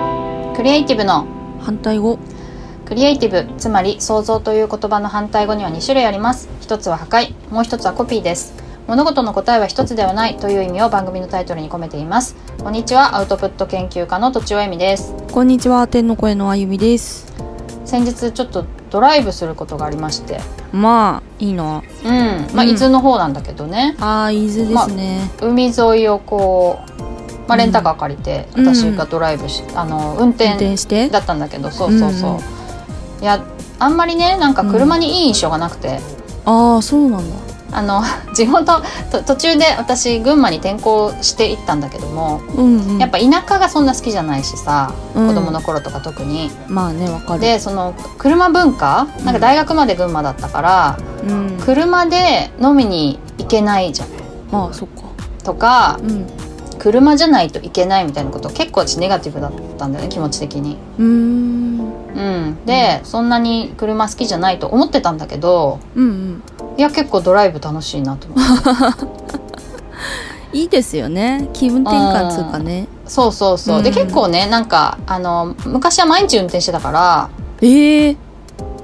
イティブの反対語クリエイティブつまり創造という言葉の反対語には2種類あります一つは破壊もう一つはコピーです物事の答えは一つではないという意味を番組のタイトルに込めていますこんにちはアウトプット研究家のとちおえみですこんにちは天の声のあゆみです先日ちょっとドライブすることがありましてまあいいなうんまあ、うん伊豆の方なんだけどねあー伊豆ですね、海沿いをこう、まあ、レンタカー借りて、うん私がドライブしあの運運転転してだったんだけどそうそうそう、うんうんいやあんまりねなんか車にいい印象がなくて、ああそうなんだあの 地元と途中で私群馬に転校していったんだけども、うんうんやっぱ田舎がそんな好きじゃないしさ、うん子供の頃とか特に、まあねわかるでその車文化なんか大学まで群馬だったから、うん車で飲みに行けないじゃんまあそっかとかうん車じゃないといけないみたいなこと結構私ネガティブだったんだよね気持ち的に。うーんうん、で、そんなに車好きじゃないと思ってたんだけどうんうんいや結構ドライブ楽しいなと思っていいですよね気分転換つうかねそうそうそう、でうん結構ねなんかあの昔は毎日運転してたからええー、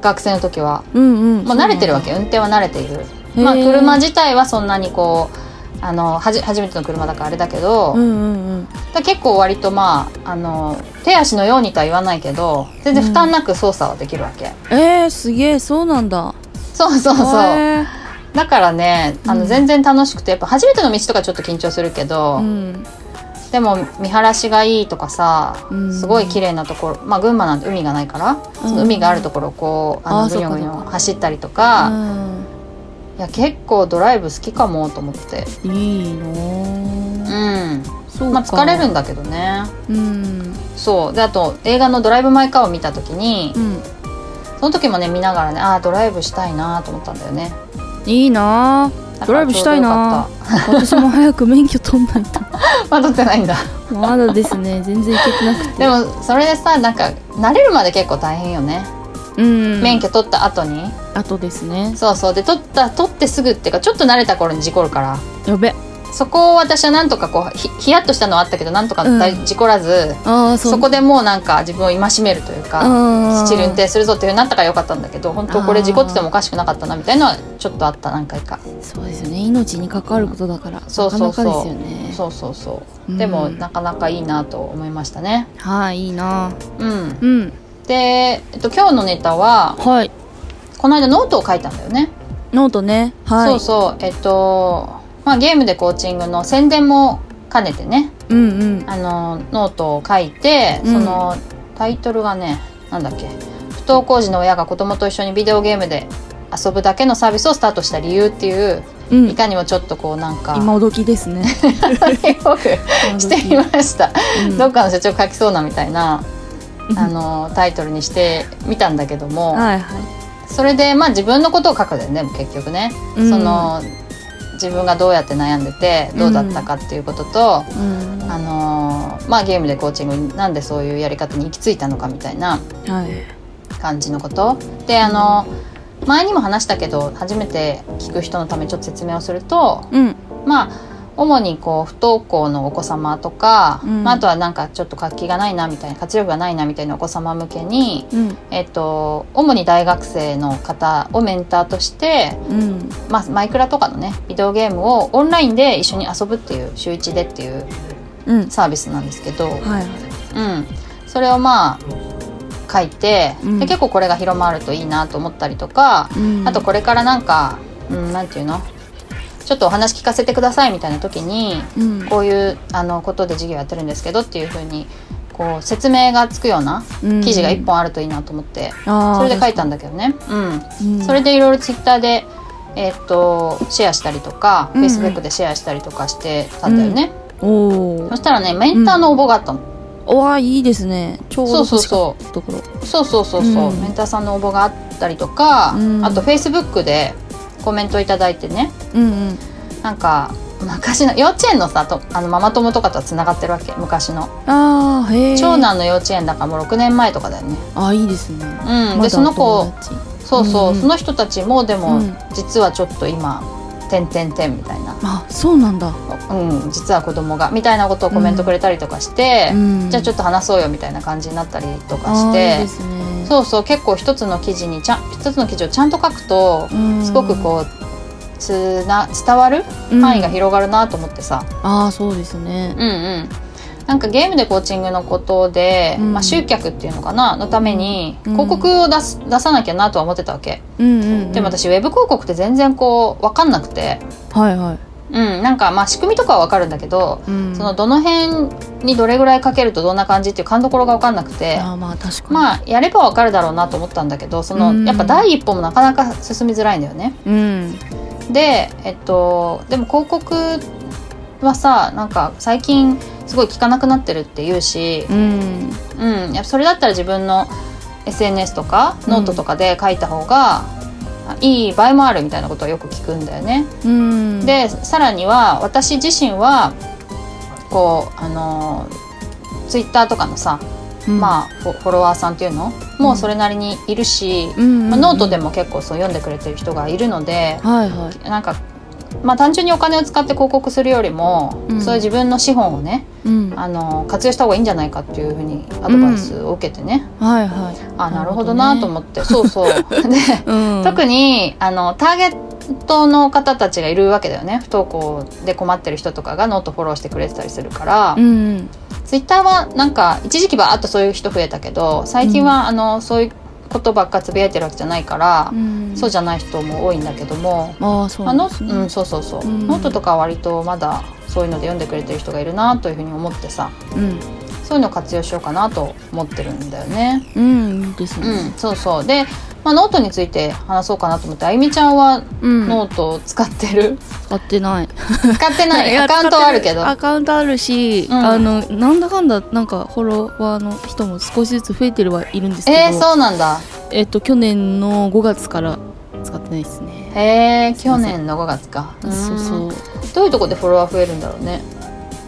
学生の時はうんうんもう慣れてるわけけ運転は慣れている、まあ車自体はそんなにこうあのはじ初めての車だからあれだけど、うんうんうんだから結構割とまああの手足のようにとは言わないけど全然負担なく操作はできるわけ、えー、すげえそうなんだそうそうそうへーだからねあうのん全然楽しくてやっぱ初めての道とかちょっと緊張するけど、うんでも見晴らしがいいとかさ、うんすごい綺麗なところ、まあ、群馬なんて海がないから、その海があるところをこうああのーぐにょぐにそうかそうょか走ったりとうか、んいや結構ドライブ好きかもと思って、いいなうーんそうまあ、か疲れるんだけどねうんそうであと映画の「ドライブ・マイ・カー」を見た時にうんその時もね見ながらねああドライブしたいなと思ったんだよねいいなだかーらドライブしたいなちょう私も早く免許取んないとどよかった まだ撮ってないんだまだですね全然行けてなくてでもそれでさなんか慣れるまで結構大変よね、うん免許取った後にあとですねそうそうで取った取ってすぐっていうかちょっと慣れた頃に事故るからやべそこを私はなんとかこうひひやっとしたのはあったけどなんとか大うん事故らず、ああそこでもうなんか自分を戒めるというか、あきっあちり運転するぞっていうようになったからよかったんだけど本当これ事故っててもおかしくなかったなみたいなのはちょっとあった何回かそうですよね命に関わることだからそうそうそうなかなかですよねそうそうそう、うんでもなかなかいいなと思いましたねはいいいなうんうんで、えっと、今日のネタははいこの間ノートを書いたんだよね、ノートねはいそうそうえっとまあゲームでコーチングの宣伝も兼ねてねうんうんあのノートを書いて、うんそのタイトルがねなんだっけ不登校児の親が子供と一緒にビデオゲームで遊ぶだけのサービスをスタートした理由っていう、うんいかにもちょっとこうなんか 今時ですねよく今し時てみました、うんどっかの社長書きそうなみたいなうんあのタイトルにしてみたんだけども、はいはいそれでまあ自分のことを書くんだよね結局ね、うんその自分がどうやって悩んでてどうだったかっていうことと、うんあのーまあゲームでコーチングになんでそういうやり方に行き着いたのかみたいなはい感じのことであのー前にも話したけど初めて聞く人のためにちょっと説明をするとうんまあ主にこう不登校のお子様とか、うんまあ、あとはなんかちょっと活気がないなみたいな活力がないなみたいなお子様向けに、うんえっと、主に大学生の方をメンターとして、うんまあ、マイクラとかのねビデオゲームをオンラインで一緒に遊ぶっていう週1でっていううんサービスなんですけど、はいうん、それをまあ書いて、うんで結構これが広まるといいなと思ったりとか、うんあとこれからなんか、うん、なんていうのちょっとお話聞かせてくださいみたいな時にうんこういうあのことで授業やってるんですけどっていうふうにこう説明がつくようなうん記事が1本あるといいなと思って、あーそれで書いたんだけどね。うんうんそれでいろいろツイッターで、えーっとシェアしたりとか、うんうん Facebook でシェアしたりとかしてたんだよね、おそーしたらねメンターの応募があったの、おわいいですねちょうどそうそう欲しそかったところうそうそうそうそう、うんメンターさんの応募があったりとか、うんあと Facebook でコメントいただいてねうんうんなんか昔の幼稚園のさとあのママ友とかとはつながってるわけ昔のあーへえ長男の幼稚園だからもう6年前とかだよねあいいですうんねまだでその子お友達そうそう、うんその人たちもでも、うん実はちょっと今点点点みたいな、あそうなんだ、うん、実は子供がみたいなことをコメントくれたりとかして、うん、じゃあちょっっと話そうよみたいな感じになったりとかあしーいいてですねそうそう結構一つの記事にちゃん一つの記事をちゃんと書くとうんすごくこうつな伝わるうん範囲が広がるなと思ってさ、ああそうですねうんうんなんかゲームでコーチングのことで、うんまあ、集客っていうのかなのためにうん広告を出す出さなきゃなとは思ってたわけ、うんうん、うん、でも私ウェブ広告って全然こう分かんなくて、はいはい、うん、なんかまあ仕組みとかは分かるんだけどうん、そのどの辺にどれぐらいかけるとどんな感じっていう勘どころが分かんなくてあーまあ確かにまあやればわかるだろうなと思ったんだけどその、うんやっぱ第一歩もなかなか進みづらいんだよね。うんで、えっと、でも広告はさなんか最近すごい聞かなくなってるって言うしう、んうん、やっぱそれだったら自分の SNS とかノートとかで書いた方が、いい場合もあるみたいなことはよく聞くんだよね。うんでさらには私自身はこうあのツイッターとかのさ、うんまあフォフォロワーさんっていうのもうそれなりにいるし、うんうんうんまあノートでも結構そう読んでくれてる人がいるのではいはいなんか、まあ、単純にお金を使って広告するよりも、うんそういう自分の資本をねうんはあの活用した方がいいんじゃないかっていうふうにアドバイスを受けてね、いはいあなるほどなと思って、そうそう でうん特にあのターゲットの方たちがいるわけだよね不登校で困ってる人とかがノートフォローしてくれてたりするから、うんうんツイッターはなんか一時期バーっとそういう人増えたけど最近は、あのそういうことばっかつぶやいてるわけじゃないから、うんそうじゃない人も多いんだけども、ああそうあなのんですうねん、そうそうそう、うんノートとかは割とまだそういうので読んでくれてる人がいるなというふうに思ってさそういうのを活用しようかなと思ってるんだよね。うんうんいいですうねん、そうそうで、まあ、ノートについて話そうかなと思ってあゆみちゃんはうんノートを使ってる、使ってない使ってない やアカウントはあるけど。アカウントあるし、うんあのなんだかんだなんかフォロワーの人も少しずつ増えてるはいるんですけどえー、そうなんだ。えっと去年の5月から使ってないですねへえ、去年の5月か。そうそんうどういうとこでフォロワー増えるんだろうね。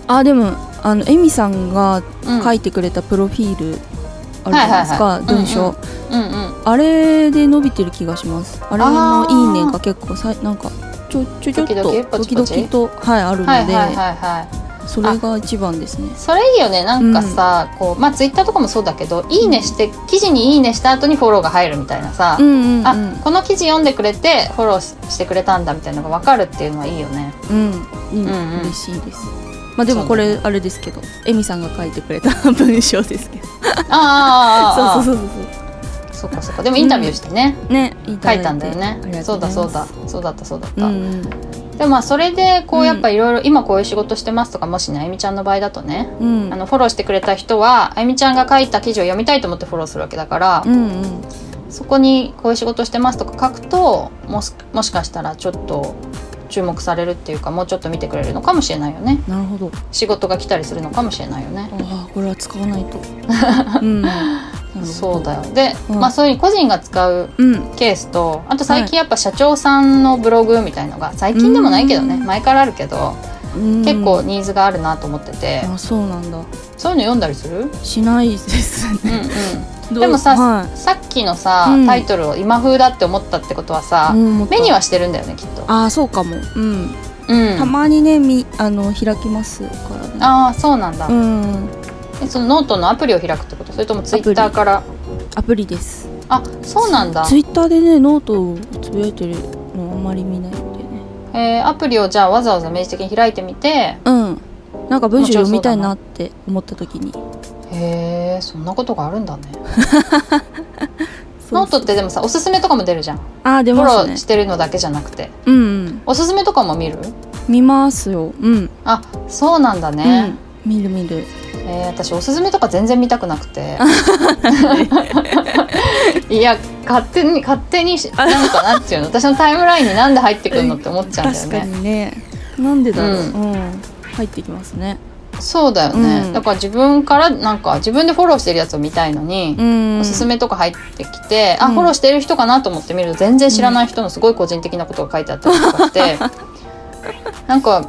あでもあのエミさんがうん、書いてくれたプロフィールあるじゃないですはいはかいはい文章、うんうんうん。あれで伸びてる気がしますあれあーの「いいね」が結構さいなんかちょちょちょっ時と々ポチポ時々チとはいあるので、はいはいはいはい。それが一番ですねそれいいよねなんかさ、こうまあツイッターとかもそうだけど「いいね」して記事に「いいね」した後にフォローが入るみたいなさ、うんうんうんあこの記事読んでくれてフォローししてくれたんだみたいなのが分かるっていうのはいいよねうん、いいうんうん嬉しいです。まあでもこれあれですけど、エミさんが書いてくれた文章ですけど。ああああああそうそうそう そうかそうかでもインタビューしてね、そう。ね、い書だいたんだてよねありがとそううござだいますそうだ。そうだったそうだった、うんでもまあそれでこううんやっぱいろいろ今こういう仕事してますとかもしねあゆみちゃんの場合だとねうん、あのフォローしてくれた人はあゆみちゃんが書いた記事を読みたいと思ってフォローするわけだから、うんうん、そこにこういう仕事してますとか書くともしもしかしたらちょっと注目されるっていうかもうちょっと見てくれるのかもしれないよねなるほど。仕事が来たりするのかもしれないよねああこれは使わない と。うん、なるほどそうだよ。で、うんまあそういう個人が使ううん、ケースとあと最近やっぱ社長さんのブログみたいのが最近でもないけどねうん前からあるけどうん結構。ニーズがあるなと思っててあそうなんだ。そういうの読んだりするしないですうんうね。ん どうでもさはさっきのさうんタイトルを今風だって思ったってことはさい、うん思った目にはしてるんだよねきっと。ああそうかも。うん、うんたまにねみあの開きますからね。ああそうなんだうん、えそのノートのアプリを開くってことそれともツイプリッターからアプリです。あそうなんだツ、イッターでねノートをつぶやいてるのあんまり見ないんでねえーアプリをじゃあわざわざ明示的に開いてみてうんなんか文章読みたいなって思った時にへえそんなことがあるんだねそノうートってでもさおすすめとかも出るじゃんフあー出ォまローすねしてるのだけじゃなくてうん、うん、おすすめとかも見る見ますようん、あそうなんだね、うん、見る見るえー私おすすめとか全然見たくなく て いや勝手に勝手 にしなんかなっていうの私のタイムラインになんで入ってくるのって思っちゃうんだよ確ねかにねなんでだろう、ううん入ってきますねそうだよね、うんだから自分からなんか自分でフォローしてるやつを見たいのに、うんおすすめとか入ってきて、あうんフォローしてる人かなと思って見ると全然知らない人のすごい個人的なことが書いてあったりとか して、なんか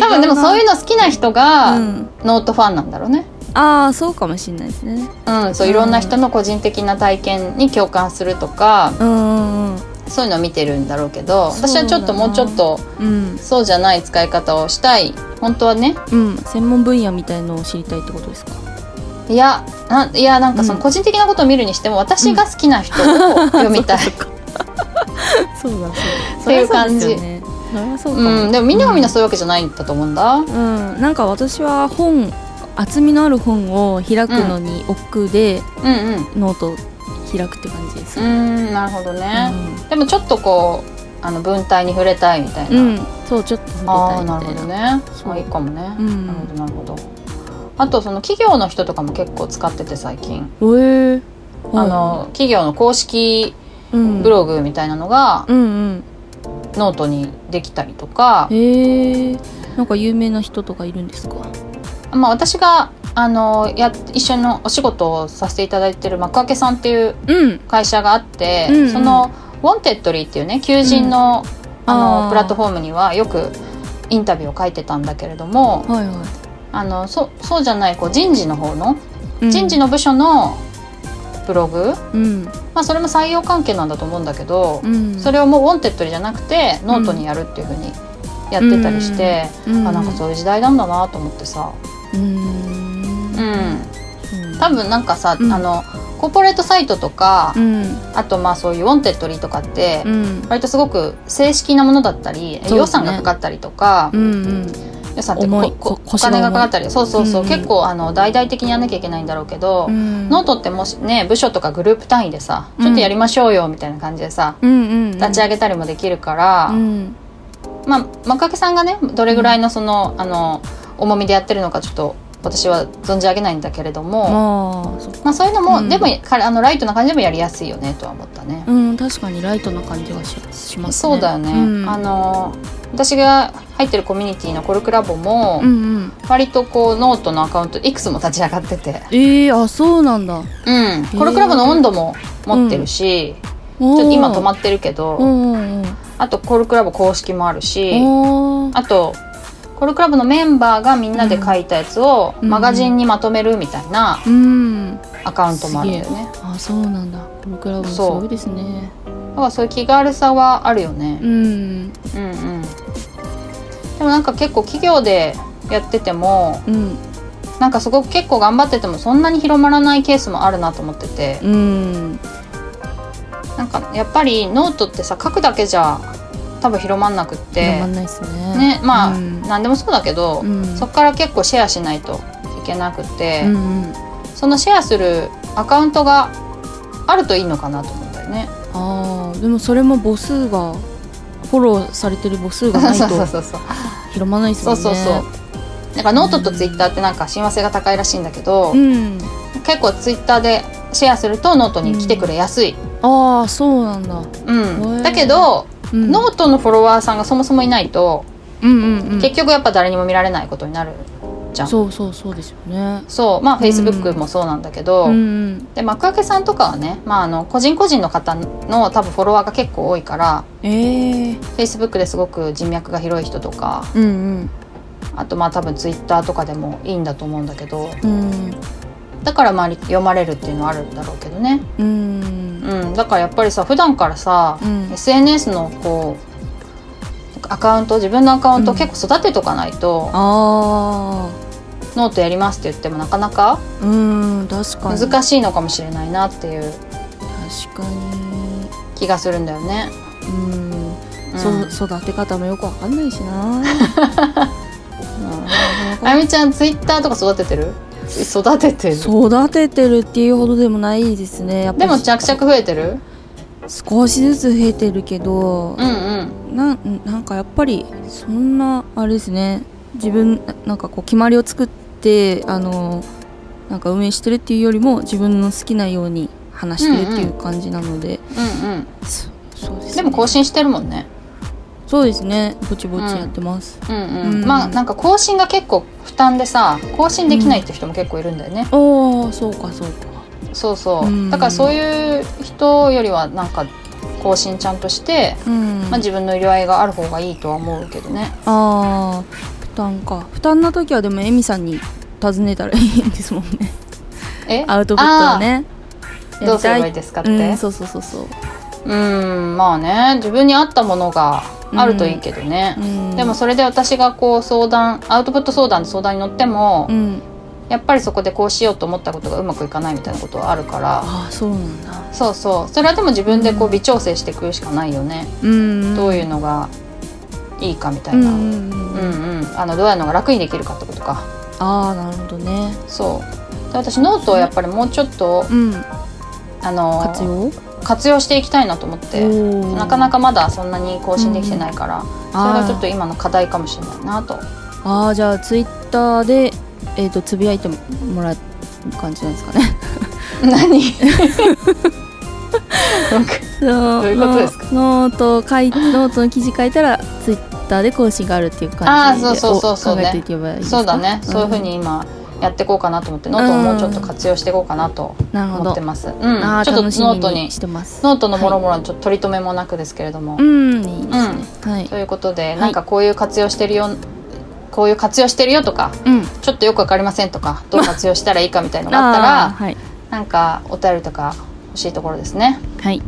多分でもそういううの好きな人が、うん、ノートファンなんだろうね。ああそうかもしれないですねうん、そううんいろんな人の個人的な体験に共感するとか、うんうんうんそういうのを見てるんだろうけどそうだな私はちょっともうちょっとうん、そうじゃない使い方をしたい本当はねうん、専門分野みたいのを知りたいってことですかいやないやなんかそのうん個人的なことを見るにしても私が好きな人を読 みたい、 そうだそうだっていう感じそりゃそうですよねそれはそうかうん、でもみんながみんなそういうわけじゃないんだと思うんだ。うん、なんか私は本厚みのある本を開くのに億劫で、うんうん。うノートを開くって感じです、ーん、なるほどね。でもちょっとこうあの文体に触れたいみたいな。うん、うん、そうちょっと触れあたあいみなるたほいなどね。そうまあいいかもね。うんなるほどなるほど。あとその企業の人とかも結構使ってて最近。おえあの企業の公式ブブログみたいなのがうんうんノートにできたりとか、へえなんか有名な人とかいるんですかまあ私があのや一緒のお仕事をさせていただいてる幕開けさんっていううん会社があって、うんうんその「ウォンテッドリー」っていうね求人の,、あうんあのープラットフォームにはよくインタビューを書いてたんだけれどもはいはあのそそうじゃないこう人事の方の、い、うん、人事の部署のブログ、うんまあ、それも採用関係なんだと思うんだけどう、んそれをもう「ウォンテッドリー」じゃなくてノートにやるっていうふうにやってたりして、うんあなんかそういう時代なんだなと思ってさ。うーうんんそう多分なんかさ、うんあのコーポレートサイトとか、うんあとまあそういうウォンテッドリーとかって、うん割とすごく正式なものだったり、すね予算がかかったりとか、うんうん予算って重いこここお腰が重金いがかかったりそうそうそう、うんうん結構あの大々的にやんなきゃいけないんだろうけど、うんノートってもしね部署とかグループ単位でさちょっとやりましょうよみたいな感じでさ、うんうん立ち上げたりもできるから、うんまあまかけさんがねどれぐらいのその,、あの重みでやってるのかちょっと私は存じ上げないんだけれども、まあそっかまあそういうのも、うんでもかあのライトな感じでもやりやすいよねとは思ったね。うん確かにライトな感じがししますねそうだよね、うん、あの私が入ってるコミュニティのコルクラボも、うんうん割とこうノートのアカウントいくつも立ち上がってて、ええあそうなんだうん、コルクラボの温度も持ってるし、ちょっと今止まっってるけど、うんうんうんあとコルクラボ公式もあるし、おーあとコルクラボのメンバーがみんなで書いたやつをうんマガジンにまとめるみたいなうんアカウントもあるんだよね、あそうなんだプロクラブもすそうごいですねだからそういう気軽さはあるよね、うんうんうんでもなんか結構企業でやっててもうんなんかすごく結構頑張っててもそんなに広まらないケースもあるなと思っててうんなんかやっぱりノートってさ書くだけじゃ多分広まんなくっやてまんないですねねまあ、うん何でもそうだけど、うんそこから結構シェアしないといけなくて、うんうんそのシェアするアカウントがあるといいのかなと思うんだよね。あーでもそれも母数がフォローされてる母数がないと そうそうそう広まらないですそもうんそねうそうだからノートとツイッターってなんか親和性が高いらしいんだけど、うん結構ツイッターでシェアするとノートに来てくれやすい、ああそうなんだ、うんへーだけど、うん、ノートのフォロワーさんがそもそもいないと、うんうんうん結局やっぱ誰にも見られないことになるじゃんそうそうそうそうですよねまあん Facebook もそうなんだけど、うんで幕開けさんとかはね、まあ、あの個人個人の方の多分フォロワーが結構多いからええー、 Facebook ですごく人脈が広い人とかうんあとまあ多分ツイッターとかでもいいんだと思うんだけどうんうんだからまあ読まれるっていうのはあるんだろうけどね、うんうん、だからやっぱりさ普段からさ、うん SNS のこうアカウント自分のアカウントをうん結構育てとかないと、あノートやりますって言ってもなかなかあうん確かに難しいのかもしれないなっていう確かに気がするんだよね。うん、うんそ育て方もよくわかんないし ななあゆみちゃんツイッターとか育ててる育ててる育ててるっていうほどでもないですねやっぱでりも着々増えてる少しずつ増えてるけどう、んうんなんなんかやっぱりそんなあれですね自分ななんかこう決まりを作ってあのなんか運営してるっていうよりも自分の好きなように話してるっていう感じなので、うんうんそそうですでねも更新してるもんねそうですねぼちぼちやってます、うんう、うんんまあなんか更新が結構負担でさ更新できないって人も結構いるんだよね、おおそうかそうかそうそう、うんだからそういう人よりはなんか更新ちゃんとして、うん、まあ、自分の色合いがある方がいいとは思うけどねあー負担か負担な時はでもエミさんに尋ねたらいいんですもんねえアウトプットをねあーどうすればいいやりですかたって、うんそうそうそうそううんまあね自分に合ったものがあるといいけどね、うんでもそれで私がこう相談アウトプット相談で相談に乗っても、うんやっぱりそこでこうしようと思ったことがうまくいかないみたいなことはあるからああそうなんだそうそうそれはでも自分でこう微調整していくしかないよね、うんどうういうのがいいかみたいんうな、うんんうんううんんあのどうやるのが楽にできるかってことかああなるほどねそうで私ノートをやっぱりもうちょっと、うんあの活用活用していきたいなと思ってなかなかかまだそんなに更新できてないから、それがちょっとあ今の課題かもしれないなとーあーじゃあツイッターでえっ、とつぶやいてもらう感じなんですか ね何なんかどういうことですかノートを書いノートの記事書いたらツイッターで更新があるっていう感じであーそうそうそうそうおね考えていけばいいですか そうだね、そういうふうに今やっていこうかなと思ってノートをもうちょっと活用していこうかなとなるほ思どってます。うん、あーちょっとノ楽しみートにしてますノートのもろもろのちょっと取り留めもなくですけれども、うんいいですね、はいということで、いなんかこういう活用してるよこういう活用してるよとかうんちょっとよくわかりませんとかどう活用したらいいかみたいのがあったら、ーはいなんかお便りとか欲しいところですね。はい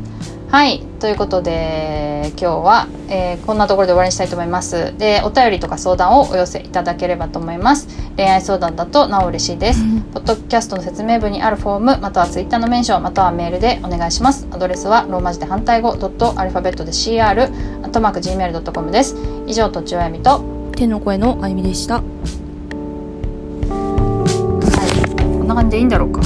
はいということで今日は、えーこんなところで終わりにしたいと思いますでお便りとか相談をお寄せいただければと思います恋愛相談だとなお嬉しいですポッドキャストの説明文にあるフォームまたはツイッターのメンションまたはメールでお願いしますアドレスはローマ字で反対語ドットアルファベットで CR アットマーク Gmail.com です以上とちおやみと、天の声のあゆみでしたこんな感じでいいんだろうか